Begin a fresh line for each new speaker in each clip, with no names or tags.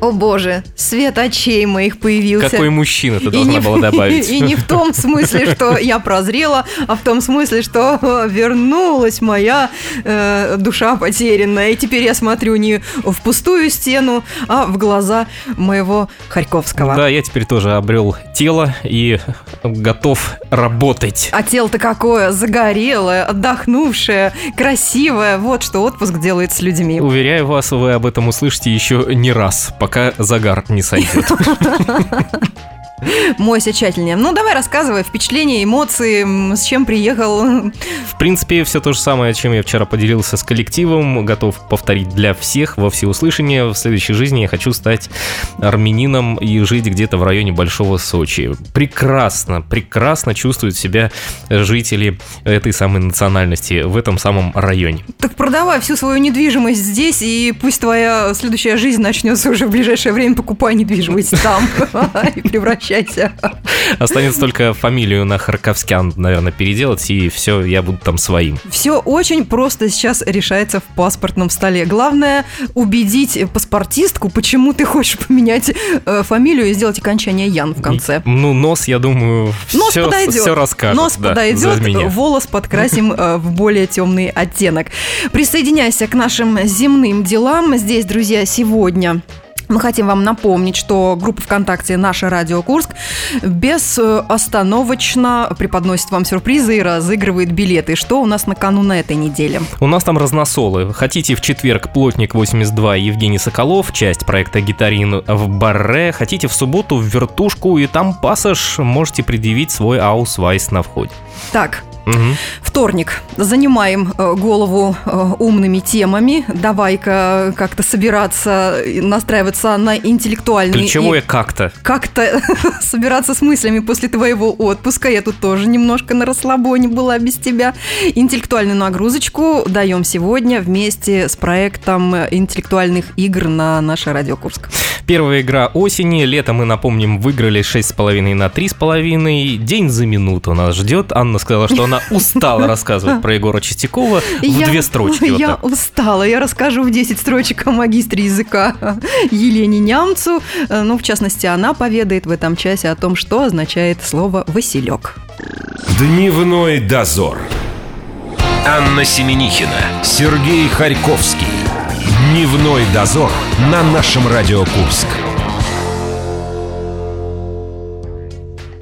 О боже, свет очей моих появился.
Какой мужчина ты должна была добавить?
И не в том смысле, что я прозрела, а в том смысле, что вернулась моя э, душа потерянная. И теперь я смотрю не в пустую стену, а в глаза моего Харьковского.
Да, я теперь тоже обрел тело и готов работать.
А тело-то какое? Загорелое, отдохнувшее, красивое. Вот что отпуск делает с людьми.
Уверяю вас, вы об этом услышите еще не раз, пока загар не сойдет.
Мося тщательнее. Ну, давай рассказывай впечатления, эмоции, с чем приехал.
В принципе, все то же самое, чем я вчера поделился с коллективом. Готов повторить для всех во всеуслышание. В следующей жизни я хочу стать армянином и жить где-то в районе Большого Сочи. Прекрасно, прекрасно чувствуют себя жители этой самой национальности в этом самом районе.
Так продавай всю свою недвижимость здесь, и пусть твоя следующая жизнь начнется уже в ближайшее время. Покупай недвижимость там и превращай прощайся.
Останется только фамилию на Харьковскян, наверное, переделать, и все, я буду там своим.
Все очень просто сейчас решается в паспортном столе. Главное убедить паспортистку, почему ты хочешь поменять э, фамилию и сделать окончание Ян в конце.
Ну, нос, я думаю,
нос
все,
подойдет.
все расскажет.
Нос
да,
подойдет,
меня.
волос подкрасим э, в более темный оттенок. Присоединяйся к нашим земным делам. Здесь, друзья, сегодня мы хотим вам напомнить, что группа ВКонтакте «Наша Радио Курск» безостановочно преподносит вам сюрпризы и разыгрывает билеты. Что у нас на кону на этой неделе?
У нас там разносолы. Хотите в четверг «Плотник 82» Евгений Соколов, часть проекта «Гитарин» в баре. Хотите в субботу в «Вертушку» и там пассаж. Можете предъявить свой аусвайс на входе.
Так, Угу. Вторник. Занимаем э, голову э, умными темами. Давай-ка как-то собираться, настраиваться на интеллектуальные...
Ключевое и... как-то.
Как-то собираться с мыслями после твоего отпуска. Я тут тоже немножко на расслабоне была без тебя. Интеллектуальную нагрузочку даем сегодня вместе с проектом интеллектуальных игр на наше Радио Курск.
Первая игра осени. Лето, мы напомним, выиграли 6,5 на 3,5. День за минуту нас ждет. Анна сказала, что она устала рассказывать про Егора Чистякова в
я,
две строчки.
Я
вот так.
устала. Я расскажу в 10 строчек о магистре языка Елене Нямцу. Ну, в частности, она поведает в этом часе о том, что означает слово «василек».
Дневной дозор. Анна Семенихина, Сергей Харьковский. Дневной дозор на нашем Радио Курск.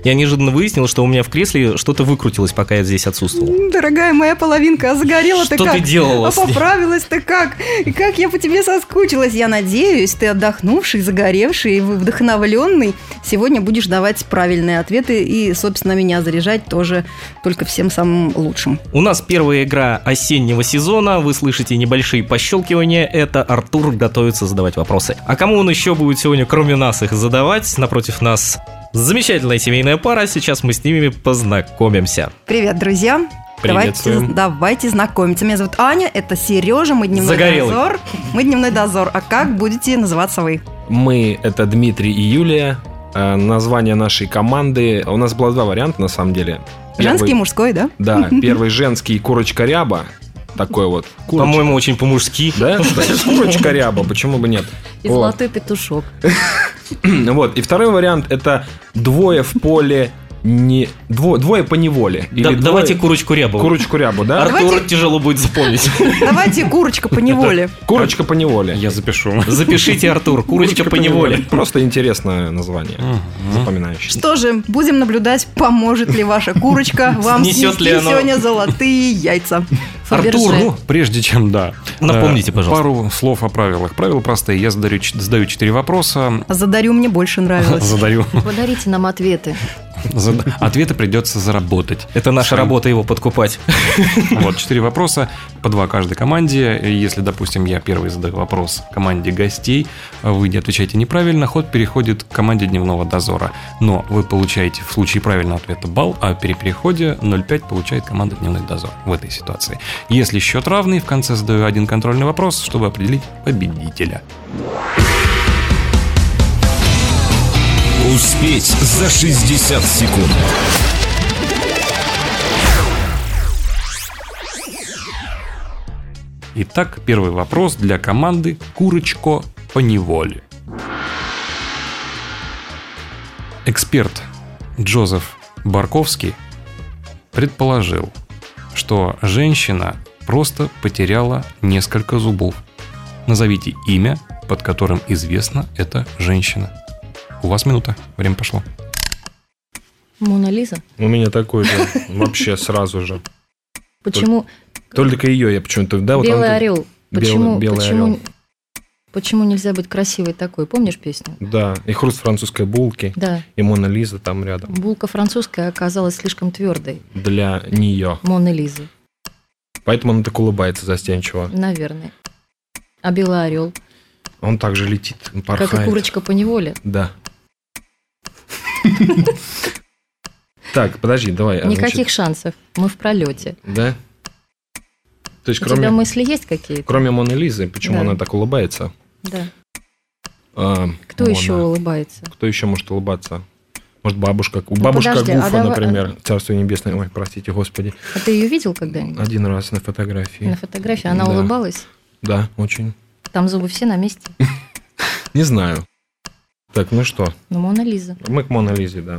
Я неожиданно выяснил, что у меня в кресле что-то выкрутилось, пока я здесь отсутствовал.
Дорогая моя половинка, а загорела
что
ты как?
ты делала?
А поправилась ты как? И как я по тебе соскучилась? Я надеюсь, ты отдохнувший, загоревший и вдохновленный сегодня будешь давать правильные ответы и, собственно, меня заряжать тоже только всем самым лучшим.
У нас первая игра осеннего сезона. Вы слышите небольшие пощелкивания. Это Артур готовится задавать вопросы. А кому он еще будет сегодня, кроме нас, их задавать? Напротив нас Замечательная семейная пара, сейчас мы с ними познакомимся.
Привет, друзья!
Приветствуем.
Давайте, давайте знакомиться. Меня зовут Аня, это Сережа, мы дневной
Загорелый.
дозор. Мы дневной дозор. А как будете называться вы?
Мы — это Дмитрий и Юлия. Э, Название нашей команды... У нас было два варианта, на самом деле.
Женский и
Первый-
мужской, да?
Да, первый женский «Курочка ряба». Такой вот. Курочка.
По-моему, очень по-мужски.
Да? Курочка ряба, почему бы нет?
И
Вот.
золотой петушок.
Вот. И второй вариант — это двое в поле... Не... Двое, двое по неволе.
Да- давайте курочку рябу.
Курочку рябу,
А?
да?
Артур
Давайте-
тяжело будет запомнить.
Давайте курочка по неволе.
Курочка по неволе.
Я запишу.
Запишите, Артур, курочка по неволе.
Просто интересное название, запоминающееся.
Что же, будем наблюдать, поможет ли ваша курочка вам
Снесет
снести
ли она-
сегодня золотые яйца.
Артур,
Фаберже.
Ну, прежде чем, да.
Напомните,
э,
пожалуйста.
Пару слов о правилах. Правила простые. Я задаю, ч- задаю четыре вопроса.
Задарю мне больше нравилось.
Задаю.
Подарите нам ответы.
зада- Ответы придется заработать.
Это наша
Сам.
работа его подкупать.
Вот, четыре вопроса, по два каждой команде. И Если, допустим, я первый задаю вопрос команде гостей, а вы не отвечаете неправильно, ход переходит к команде дневного дозора. Но вы получаете в случае правильного ответа балл, а при переходе 0,5 получает команда дневной дозор в этой ситуации. Если счет равный, в конце задаю один контрольный вопрос, чтобы определить победителя.
Успеть за 60 секунд.
Итак, первый вопрос для команды «Курочко по неволе». Эксперт Джозеф Барковский предположил, что женщина просто потеряла несколько зубов. Назовите имя, под которым известна эта женщина. У вас минута, время пошло.
Мона Лиза?
У меня такой же вообще сразу же.
Почему
Только ее я почему-то... Да, вот
белый
она-
орел?
Белый-
Почему,
белый
почему,
орел.
почему нельзя быть красивой такой? Помнишь песню?
Да, и хруст французской булки,
Да.
и Мона Лиза там рядом.
Булка французская оказалась слишком твердой.
Для нее.
Моны Лизы,
Поэтому она так улыбается застенчиво.
наверное. А белый орел?
Он также летит, порхает.
Как и курочка по неволе.
Да. Так, подожди, давай. а,
Никаких шансов. Мы в пролете.
значит, Да? То есть,
У тебя
кроме,
мысли есть какие-то?
кроме Моны Лизы, почему
Да.
она так улыбается?
Да.
А,
Кто
Мона.
еще улыбается?
Кто еще может улыбаться? Может, бабушка? У бабушка
подожди, а
Гуфа,
давай-
например. Царство небесное. Ой, простите, господи.
А ты ее видел когда-нибудь?
Один раз на фотографии.
На фотографии она
Да.
улыбалась.
Да, очень.
Там зубы все на месте.
Не знаю. Так, ну что,
Но Мона Лиза.
мы к Мона Лизе, да.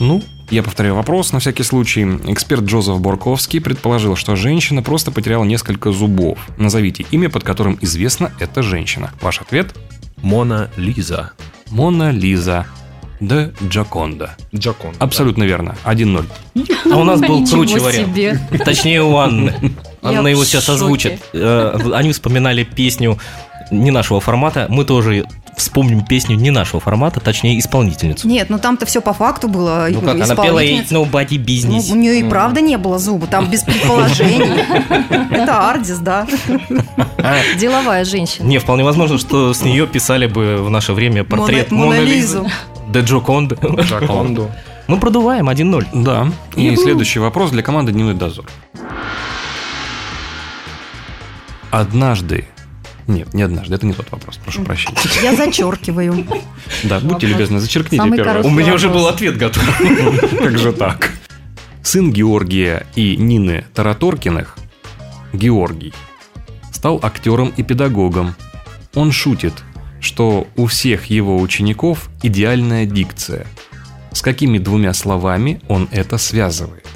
Ну, я повторяю вопрос на всякий случай. Эксперт Джозеф Борковский предположил, что женщина просто потеряла несколько зубов. Назовите имя, под которым известна эта женщина. Ваш ответ
Мона Лиза.
– Мона Лиза де Джаконда.
Джакон.
Абсолютно верно. 1-0.
А у нас был
Ну, Ничего
круче вариант.
себе.
Точнее, у Анны.
Я
Анна
в
его сейчас
шоке.
озвучит. Э, Они вспоминали песню не нашего формата. Мы тоже вспомним песню не нашего формата, точнее, исполнительницу.
Нет, ну там-то все по факту было.
Ну как, она пела «Ain't
Исполнительница.
nobody
Ну, у
business».
нее и правда не было зуба, там без предположений. Это Ардис, да.
А,
Деловая женщина.
Не, вполне возможно, что с нее писали бы в наше время портрет
Мона- Мона
Мона Лизы.
Лизу.
Де Джоконды.
Джаконду.
Мы продуваем 1-0.
Да. И следующий вопрос для команды «Дневной дозор». Однажды... Нет, не однажды, это не тот вопрос, прошу прощения.
Я
Ну,
зачеркиваю.
Да, будьте любезны, зачеркните
Самый
первый раз.
короткий. вопрос.
ответ готов.
Как же так? Сын Георгия и Нины Тараторкиных, Георгий, стал актером и педагогом. Он шутит, что у всех его учеников идеальная дикция. С какими двумя словами он это связывает?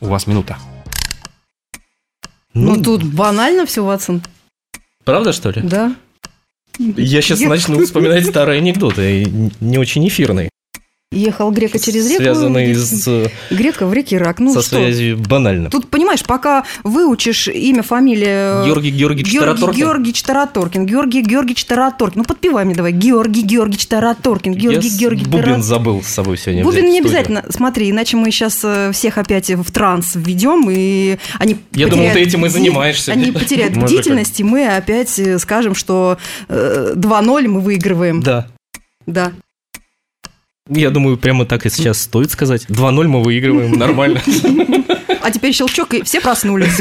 У вас минута.
Ну тут банально все, Ватсон.
Правда, что ли?
Да.
Я сейчас начну вспоминать старые анекдоты, не очень эфирные,
Ехал грека через реку.
связанные
и-
с,
Грека в реке рак. Ну
со
что?
связью банально.
Тут, понимаешь, пока выучишь имя, фамилия...
Георгий Георгиевич
Георгий
Тараторкин?
Георгиевич Тараторкин. Георгий Георгиевич Тараторкин. Ну, подпевай мне давай. Георгий Георгиевич Тараторкин. Георгий
Я с-
Георгиевич
Бубен
Тараторкин.
забыл с собой сегодня.
Бубен
взять в
не
студию.
обязательно. Смотри, иначе мы сейчас всех опять в транс введем, и они
Я
потеряют
думал, ты этим и
бди-
занимаешься.
Они потеряют
Музыка.
бдительность, и мы опять э, скажем, что э, 2-0 мы выигрываем.
Да.
Да.
Я думаю, прямо так и сейчас стоит сказать. 2-0 мы выигрываем, нормально.
А теперь щелчок, и все проснулись.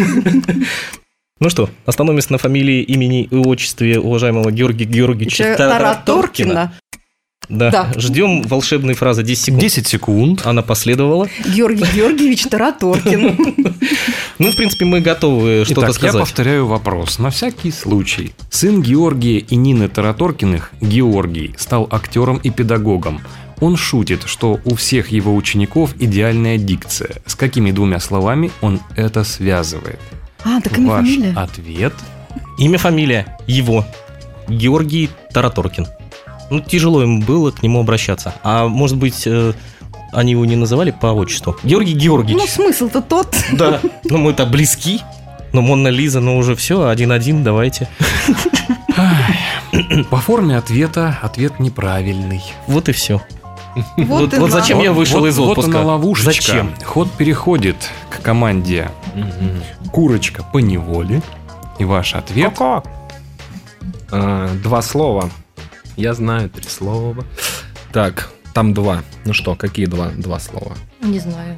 Ну что, остановимся на фамилии, имени и отчестве уважаемого Георгия Георгиевича Тараторкина.
Тараторкина.
Да.
Да.
Ждем волшебной фразы 10 секунд.
10 секунд.
Она последовала.
Георгий Георгиевич Тараторкин.
Ну, в принципе, мы готовы что-то
Итак, я
сказать.
повторяю вопрос. На всякий случай. Сын Георгия и Нины Тараторкиных, Георгий, стал актером и педагогом. Он шутит, что у всех его учеников идеальная дикция. С какими двумя словами он это связывает?
А, так имя
Ваш
фамилия.
ответ?
Имя, фамилия его. Георгий Тараторкин. Ну, тяжело им было к нему обращаться. А может быть, э, они его не называли по отчеству? Георгий
Ну,
Георгиевич.
смысл-то тот.
да. Ну, мы-то близки. Ну, Монна Лиза, ну уже все, один-один, давайте.
По форме ответа ответ неправильный.
Вот и все.
Вот и
вот
да.
зачем А я вышел
вот,
из
вот
отпуска?
она ловушечка.
Зачем?
Ход переходит к команде «Курочка по неволе». И ваш ответ...
Ко-ко. А, Два слова. Я знаю три слова. Так, там два. Ну что, какие два, два слова?
Не знаю.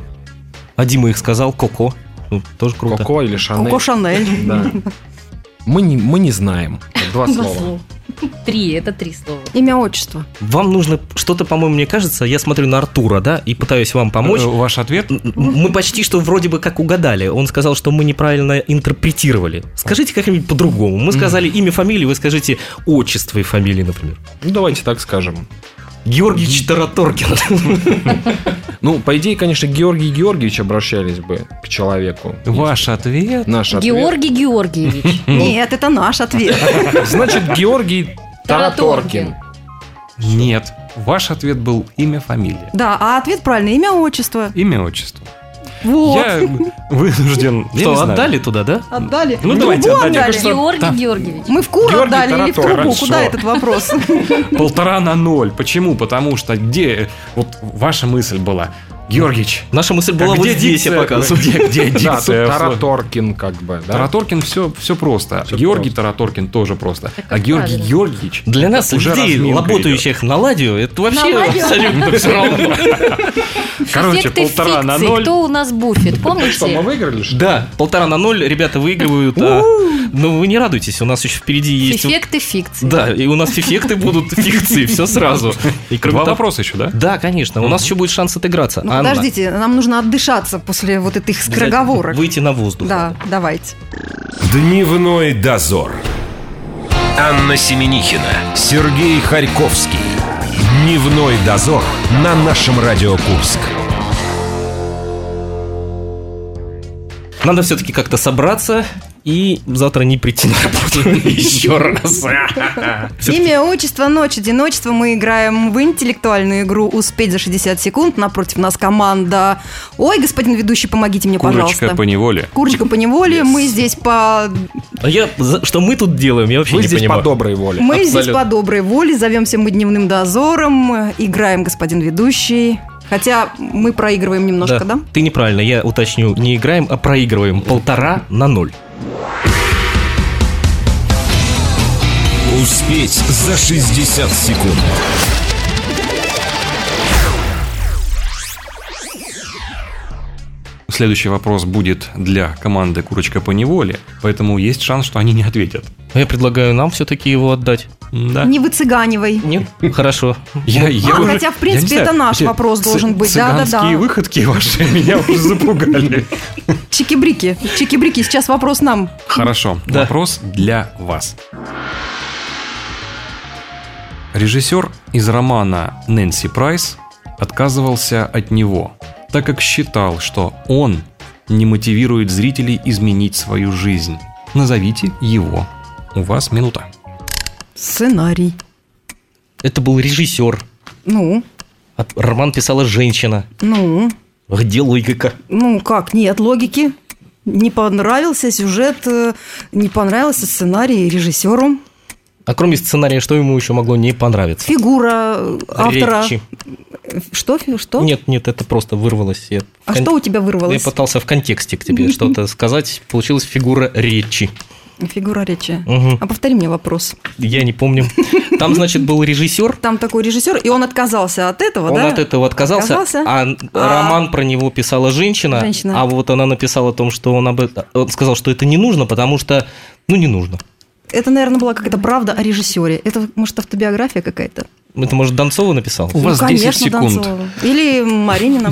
А Дима их сказал, Коко. Ну, тоже круто.
Коко или Шанель?
Коко Шанель.
Да. Мы не, мы не знаем. Два слова.
Послу. Три, это три слова.
Имя, отчество.
Вам нужно что-то, по-моему, мне кажется, я смотрю на Артура, да, и пытаюсь вам помочь.
Э, Ваш ответ?
М- м- Мы почти что вроде бы как угадали. Он сказал, что мы неправильно интерпретировали. Скажите как-нибудь по-другому. Мы сказали имя, фамилию, вы скажите отчество и фамилии, например.
Ну, давайте так скажем.
Георгий Тараторкин.
Ну, по идее, конечно, Георгий Георгиевич обращались бы к человеку.
Ваш ответ?
Наш ответ.
Георгий Георгиевич.
Нет, это наш ответ.
Значит, Георгий Тараторкин.
Тараторкин.
Нет. Ваш ответ был имя, фамилия.
Да, а ответ правильно. Имя, отчество.
Имя, отчество.
Вот.
Я вынужден... я не
Что,
знаю.
отдали туда, да?
Отдали.
Ну,
В
давайте
трубу
отдадим.
отдали.
Георгий Георгиевич.
Мы в кур
Георгий
отдали или в
Таратор,
трубу?
хорошо.
Куда этот вопрос?
Полтора на ноль. Почему? Потому что где... Вот ваша мысль была. Георгич,
Наша мысль была
а
вот
где
здесь, я
дикция?
показываю.
Где, где
Да, тут
дикция?
Тараторкин как бы, да?
Тараторкин все, все просто.
Всё
Георгий
просто.
Тараторкин тоже просто.
Так
А
как
Георгий
правильно.
Георгиевич
Для нас,
Уже
людей,
разминка
работающих на ладью, это вообще
На ладью?
абсолютно все равно.
короче,
Эффекты
полтора на
фикции.
ноль.
Кто у нас буфет,
Что, мы
помните?
выиграли, что ли?
Да, полтора на ноль, ребята выигрывают. а, Но вы не радуйтесь, у нас еще впереди есть... вот-
Эффекты фикции.
Да, и у нас эффекты будут фикции, все сразу. И кроме
Два
того-
вопроса еще, да?
Да, конечно, у нас еще будет шанс отыграться.
Ну,
Анна,
подождите, нам нужно отдышаться после вот этих скороговорок.
Выйти на воздух.
Да, давайте.
Дневной дозор. Анна Семенихина, Сергей Харьковский. Дневной дозор на нашем Радио Курск.
Надо все-таки как-то собраться и завтра не прийти на работу еще раз.
Имя, отчество, ночь, одиночество. Мы играем в интеллектуальную игру «Успеть за 60 секунд». Напротив нас команда... Ой, господин ведущий, помогите мне,
Курочка
пожалуйста.
по неволе.
Курочка по неволе. Мы здесь по...
А я, за- что мы тут делаем, я вообще
Вы
не
здесь по
понимаю.
доброй воле.
Мы здесь
абсолютно.
по доброй воле. Зовемся мы дневным дозором. Играем господин ведущий. Хотя мы проигрываем немножко, да?
Ты неправильно, я уточню, не играем, а проигрываем полтора на ноль.
Успеть за 60 секунд.
Следующий вопрос будет для команды Курочка по неволе, поэтому есть шанс, что они не ответят.
Но Я предлагаю нам все-таки его отдать.
Да.
Не выцыганивай.
Нет? Хорошо.
Я, я
а,
уже-
хотя, в
я
принципе,
не знаю,
это наш
вообще,
вопрос
цы-
должен быть. Да-да-да.
цыганские выходки ваши меня уже запугали.
Чики-брики. Чики-брики. Сейчас вопрос нам.
Хорошо.
Да.
Вопрос для вас. Режиссер из романа Нэнси Прайс отказывался от него, так как считал, что он не мотивирует зрителей изменить свою жизнь. Назовите его. У вас минута.
Сценарий.
Это был режиссер.
Ну,
А Роман писала женщина.
ну,
Где логика?
ну как? Нет логики. Не понравился сюжет, э, не понравился сценарий режиссеру.
А кроме сценария, что ему еще могло не понравиться?
Фигура э, автора.
Речи.
Что? фи- Что?
Нет, нет, это просто вырвалось. Я
А
в кон-
что у тебя
Я
вырвалось?
пытался в контексте к тебе что-то сказать. Получилась фигура речи.
Фигура речи.
Мгм.
А повтори мне вопрос.
Я не помню. Там, значит, был режиссер.
Там такой режиссер, и он отказался от этого,
Он
да?
от этого отказался,
Отказался?
а н- роман про него писала женщина,
Женщина.
а вот она написала о том, что он об этом он сказал, что это не нужно, потому что ну не нужно.
Это, наверное, была какая-то правда о режиссере. Это, может, автобиография какая-то?
Это может Донцова написала?
У вас 10 секунд.
Ну, Донцова. Или Маринина.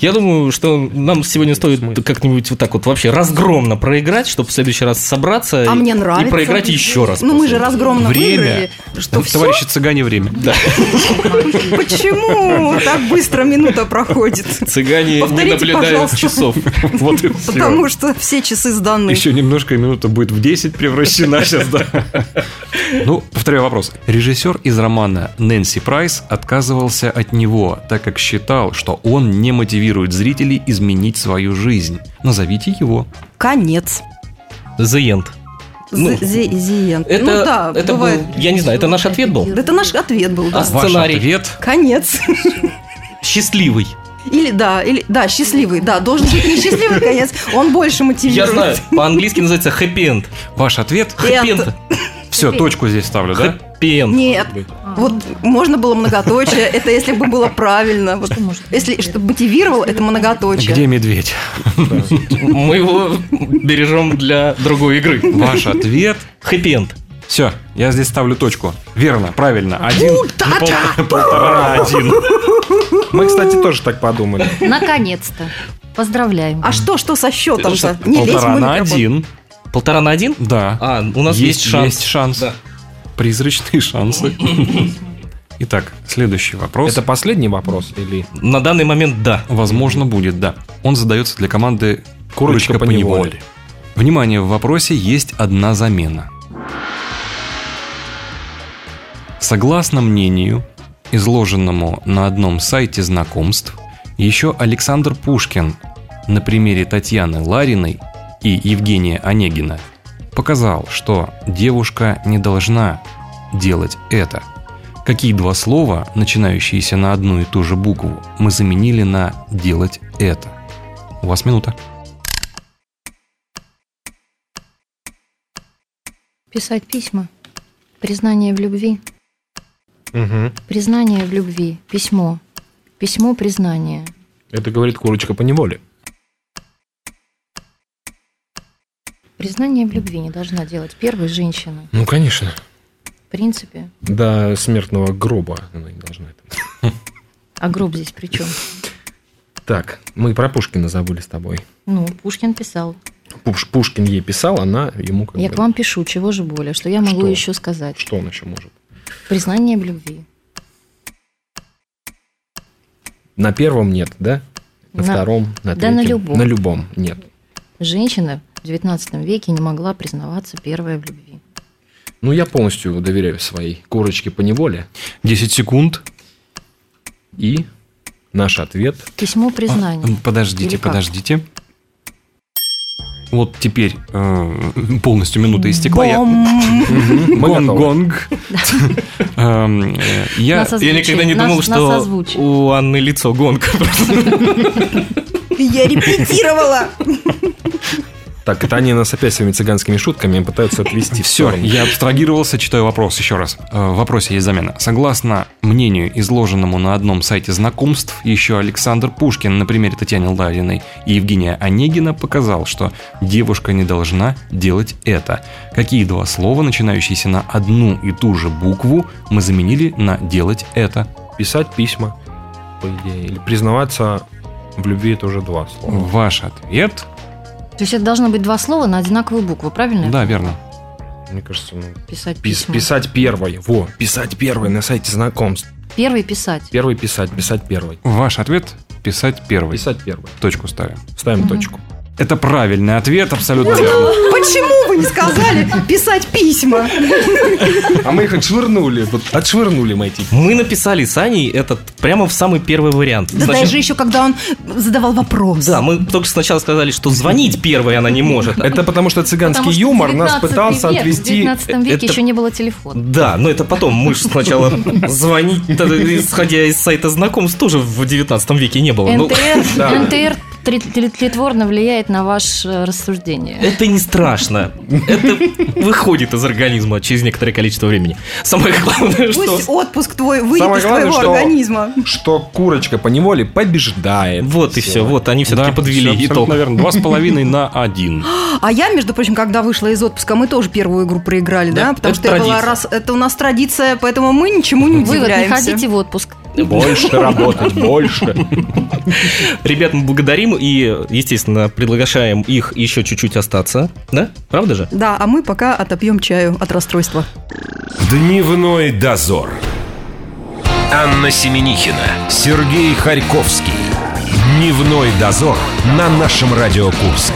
Я думаю, что нам сегодня стоит как-нибудь вот так вот вообще разгромно проиграть, чтобы в следующий раз собраться
А
и,
мне нравится.
и проиграть еще раз.
Ну, мы
после
же
этого.
разгромно
Время.
выиграли.
Ну,
Что, все?
Товарищи цыгане, время.
Почему так быстро минута проходит?
Цыгане не
Повторите,
наблюдают
пожалуйста.
часов.
Вот и все.
Потому что все часы сданы.
Еще немножко, и минута будет в 10 превращена сейчас, да. Ну, повторяю вопрос. Режиссер из романа Нэнси Прайс отказывался от него, так как считал, что он не мотивирует зрителей изменить свою жизнь. Назовите его.
Конец.
The end. Ну,
Зе- зе- зиен.
Это,
ну да,
это
бывает.
был, я не знаю, это наш ответ был.
Да Это наш ответ был, да.
А Сценарий.
Ваш ответ.
Конец.
Счастливый.
Или да, или да, счастливый. Да, должен быть не счастливый конец. Он больше
Я
мотивирует.
знаю, по-английски называется happy end.
Ваш ответ.
Happy
Все, точку здесь ставлю, да?
end. Happy end.
Нет, вот можно было многоточие, это если бы было правильно. Вот. Если что мотивировало, это многоточие.
Где медведь?
Мы его бережем для другой игры.
Ваш ответ.
Happy end.
Все, я здесь ставлю точку. Верно, правильно. Один на пол- на полтора на один.
Мы, кстати, тоже так подумали.
Наконец-то. Поздравляем.
А что, что со счетом-то? Не лезь
Полтора
мой
на
микрофон.
один.
Полтора на один?
Да.
А, у нас есть, шанс.
Есть шанс.
Да.
Призрачные шансы. Итак, следующий вопрос.
Это последний вопрос или...
На данный момент да.
Возможно, будет, да. Он задается для команды
Курочка
«Курочка по
поневоле».
неволе». Внимание, в вопросе есть одна замена. Согласно мнению, изложенному на одном сайте знакомств, еще Александр Пушкин на примере Татьяны Лариной и Евгения Онегина показал, что девушка не должна делать это. Какие два слова, начинающиеся на одну и ту же букву, мы заменили на «делать это»? У вас минута.
Писать письма. Признание в любви. Признание в любви. Письмо. Письмо признание.
Это говорит курочка по неволе.
Признание в любви не должна делать первой женщина.
Ну, конечно.
В принципе.
До смертного гроба она не должна это.
А гроб здесь при чем?
Так, мы про Пушкина забыли с тобой.
Ну, Пушкин писал.
Пуш- Пушкин ей писал, она ему как
Я
бы-
к вам пишу, чего же более, что я могу
Что?
еще сказать.
Что он еще может?
Признание в любви.
На первом нет, да? На,
На-
втором, на
да, на
третьем?
любом.
На любом нет.
Женщина в XIX веке не могла признаваться первой в любви.
Ну, я полностью доверяю своей курочке по неволе.
10 секунд.
И наш ответ.
Письмо признание.
А, Подождите,
Или как?
подождите. Вот теперь э, полностью минута истекла. Я-
Бом.
Мы
Гонг,
готовы.
гонг. Эм, э, Я
Нас оз-
Я
Озвучили.
никогда не
Нас-
думал,
нас
что
озвучили.
у Анны лицо гонка.
Я репетировала.
Так, это они нас опять своими цыганскими шутками пытаются отвести.
все, я абстрагировался, читаю вопрос еще раз. Э, В вопросе есть замена. Согласно мнению, изложенному на одном сайте знакомств, еще Александр Пушкин на примере Татьяны Лариной и Евгения Онегина показал, что девушка не должна делать это. Какие два слова, начинающиеся на одну и ту же букву, мы заменили на «делать это»?
Писать письма, по идее. Или признаваться в любви это уже два слова.
Ваш ответ?
То есть это должно быть два слова на одинаковую букву, правильно?
Да, верно.
Мне кажется, ну,
Писать
пис-
письма.
писать первое. Во, писать первое на сайте знакомств.
Первый писать.
Первый писать, писать первый.
Ваш ответ – писать первый.
Писать первый.
Точку ставим.
Ставим
Мгм.
точку.
Это правильный ответ, абсолютно верно.
Почему вы не сказали писать письма?
А мы их отшвырнули. вот Отшвырнули мы эти.
Мы написали с Аней этот прямо в самый первый вариант.
Да
Значит,
даже еще когда он задавал вопрос.
Да, мы только что сначала сказали, что звонить первой она не может.
Это потому что цыганский
Потому что
юмор
19
нас пытался
век, В
отвести.
19 веке
это-
еще не было телефона.
Да, но это потом. Мы же сначала звонить, тогда, исходя из сайта знакомств, тоже в 19 веке не было. Ну,
НТР,
да.
НТР тре- тре- тлетворно влияет на ваше э, рассуждение.
это не страшно. Это выходит из организма через некоторое количество времени. Самое главное, что...
Пусть отпуск твой выйдет
Самое
из
главное,
твоего
что-
организма.
Что курочка по неволе побеждает.
Вот и все, вот они все-таки
Да, всё
подвели
абсолютно
итог.
верно. Два с половиной на один.
А я, между прочим, когда вышла из отпуска, мы тоже первую игру проиграли, да?
Да,
Потому
это
что я была
традиция.
раз... Это у нас традиция, поэтому мы ничему не
Вывод, не
удивляемся.
ходите в отпуск.
Больше работать, больше.
Ребят, мы благодарим и, естественно, приглашаем их еще чуть-чуть остаться. Да? Правда же?
Да, а мы пока отопьем чаю от расстройства.
Дневной дозор. Анна Семенихина, Сергей Харьковский. Дневной дозор на нашем Радио Курск.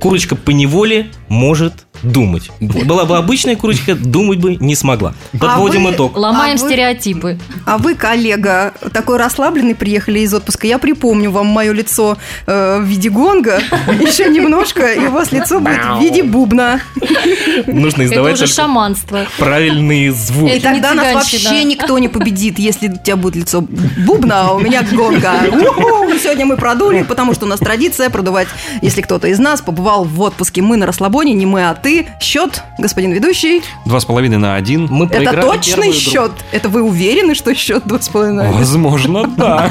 Курочка по неволе может думать. Была бы обычная курочка, думать бы не смогла. Подводим
вы-
итог.
Ломаем
А вы-
стереотипы.
А вы, коллега, такой расслабленный приехали из отпуска. Я припомню вам мое лицо э, в виде гонга. Еще немножко, и у вас лицо будет в виде бубна.
Нужно
Это
издавать
уже
только
шаманство.
правильные звуки.
И
Это не
тогда нас
цыганщина.
вообще никто не победит, если у тебя будет лицо бубна, а у меня гонга. Уху! Сегодня мы продули, потому что у нас традиция продувать, если кто-то из нас побывал в отпуске. Мы на расслабоне, не мы, а ты. ты. Счет, господин ведущий.
Два с половиной на один.
Мы
это
проиграли
точный
первую игру.
счет? Это вы уверены, что счет два с половиной?
Возможно, да.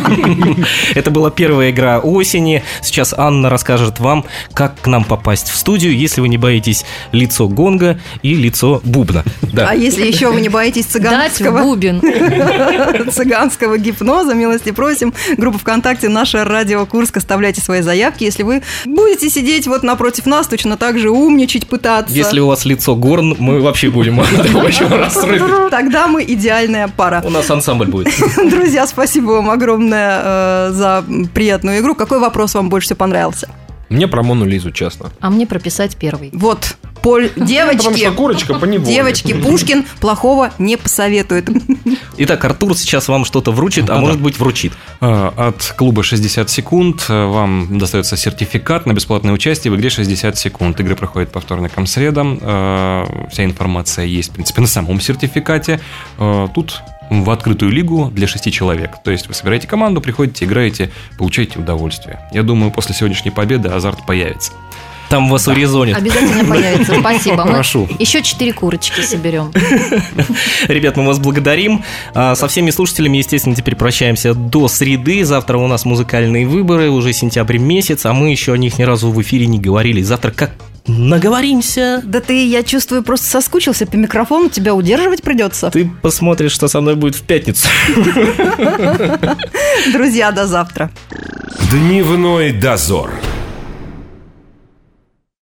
Это была первая игра осени. Сейчас Анна расскажет вам, как к нам попасть в студию, если вы не боитесь лицо гонга и лицо бубна.
А
Да.
если еще вы не боитесь
Дать в
цыганского...
бубен.
цыганского гипноза. Милости просим. Группа ВКонтакте «Наша Радио Курск». Оставляйте свои заявки. Если вы будете сидеть вот напротив нас, точно так же умничать, пытаться.
Если у вас лицо горн, мы вообще будем очень расстроены.
Тогда мы идеальная пара.
У нас ансамбль будет.
Друзья, спасибо вам огромное э, за приятную игру. Какой вопрос вам больше всего понравился?
Мне про Мону Лизу, честно.
А мне прописать первый.
Вот, Поль,
Потому
девочки,
что курочка по неволе.
девочки, Пушкин плохого не посоветует.
Итак, Артур сейчас вам что-то вручит, а
Да-да.
может быть вручит.
Э, От клуба 60 секунд э, вам достается сертификат на бесплатное участие в игре 60 секунд. Игры проходят по вторникам, средам. Э, Вся информация есть, в принципе, на самом сертификате. Э, Тут в открытую лигу для шести человек. То есть вы собираете команду, приходите, играете, получаете удовольствие. Я думаю, после сегодняшней победы азарт появится.
Там вас
А
урезонит.
Обязательно появится. Спасибо. Мы
Прошу.
Еще четыре курочки соберем.
Ребят, мы вас благодарим. А, Со всеми слушателями, естественно, теперь прощаемся до среды. Завтра у нас музыкальные выборы, уже сентябрь месяц, а мы еще о них ни разу в эфире не говорили. Завтра как наговоримся.
Да ты, я чувствую, просто соскучился по микрофону, тебя удерживать придется.
Ты посмотришь, что со мной будет в пятницу.
Друзья, до завтра.
Дневной дозор.